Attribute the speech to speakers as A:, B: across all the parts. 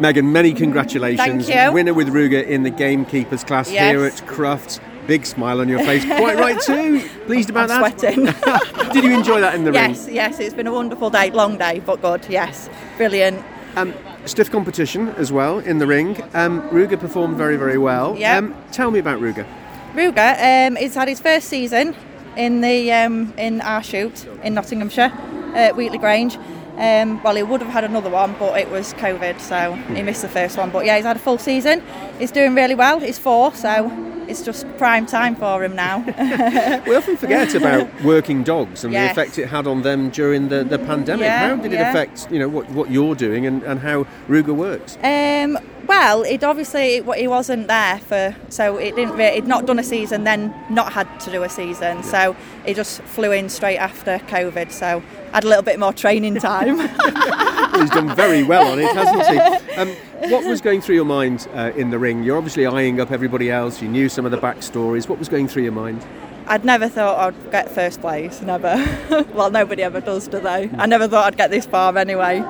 A: Megan, many congratulations.
B: Thank you.
A: Winner with Ruger in the gamekeepers class
B: Yes.
A: here at Crufts. Big smile on your face. Quite right too. Pleased about
B: I'm
A: that.
B: sweating.
A: Did you enjoy that in the
B: yes,
A: ring?
B: yes, it's been a wonderful day, long day, but good. Yes, brilliant.
A: Um, stiff competition as well in the ring. Um, Ruger performed very, very well. Um,
B: Yeah.
A: tell me about Ruger.
B: Ruger, um, he's had his first season in the um, in our shoot in Nottinghamshire, at Wheatley Grange. Um, well, he would have had another one, but it was COVID, so he missed the first one. But yeah, he's had a full season. He's doing really well. He's four, so it's just prime time for him now.
A: We often forget about working dogs and
B: Yes.
A: the effect it had on them during the, the pandemic.
B: Yeah,
A: how did it
B: yeah.
A: affect you know what, what you're doing and, and how Ruger works?
B: Um, well, it obviously it, he wasn't there for, so it didn't. Really, he'd not done a season, then not had to do a season, so he just flew in straight after COVID. So had a little bit more training time.
A: He's done very well on it, hasn't he? Um, what was going through your mind uh, in the ring? You're obviously eyeing up everybody else. You knew some of the backstories. What was going through your mind?
B: I'd never thought I'd get first place. Never. well, nobody ever does, do they? I never thought I'd get this far anyway.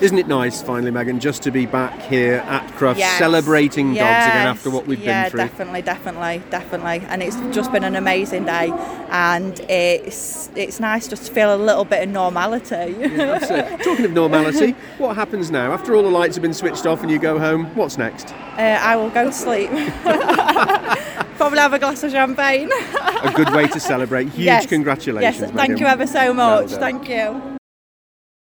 A: Isn't it nice, finally, Megan, just to be back here at Crufts
B: Yes.
A: celebrating dogs again after
B: Yes.
A: what we've
B: yeah,
A: been through?
B: definitely, definitely, definitely. And it's just been an amazing day, and it's it's nice just to feel a little bit of normality.
A: So, talking of normality, what happens now? After all the lights have been switched off and you go home, what's next?
B: Uh, I will go to sleep. Probably have a glass of champagne.
A: A good way to celebrate. Huge
B: Yes.
A: congratulations.
B: Yes,
A: Megan.
B: thank you ever so
A: Well
B: much.
A: done.
B: thank you.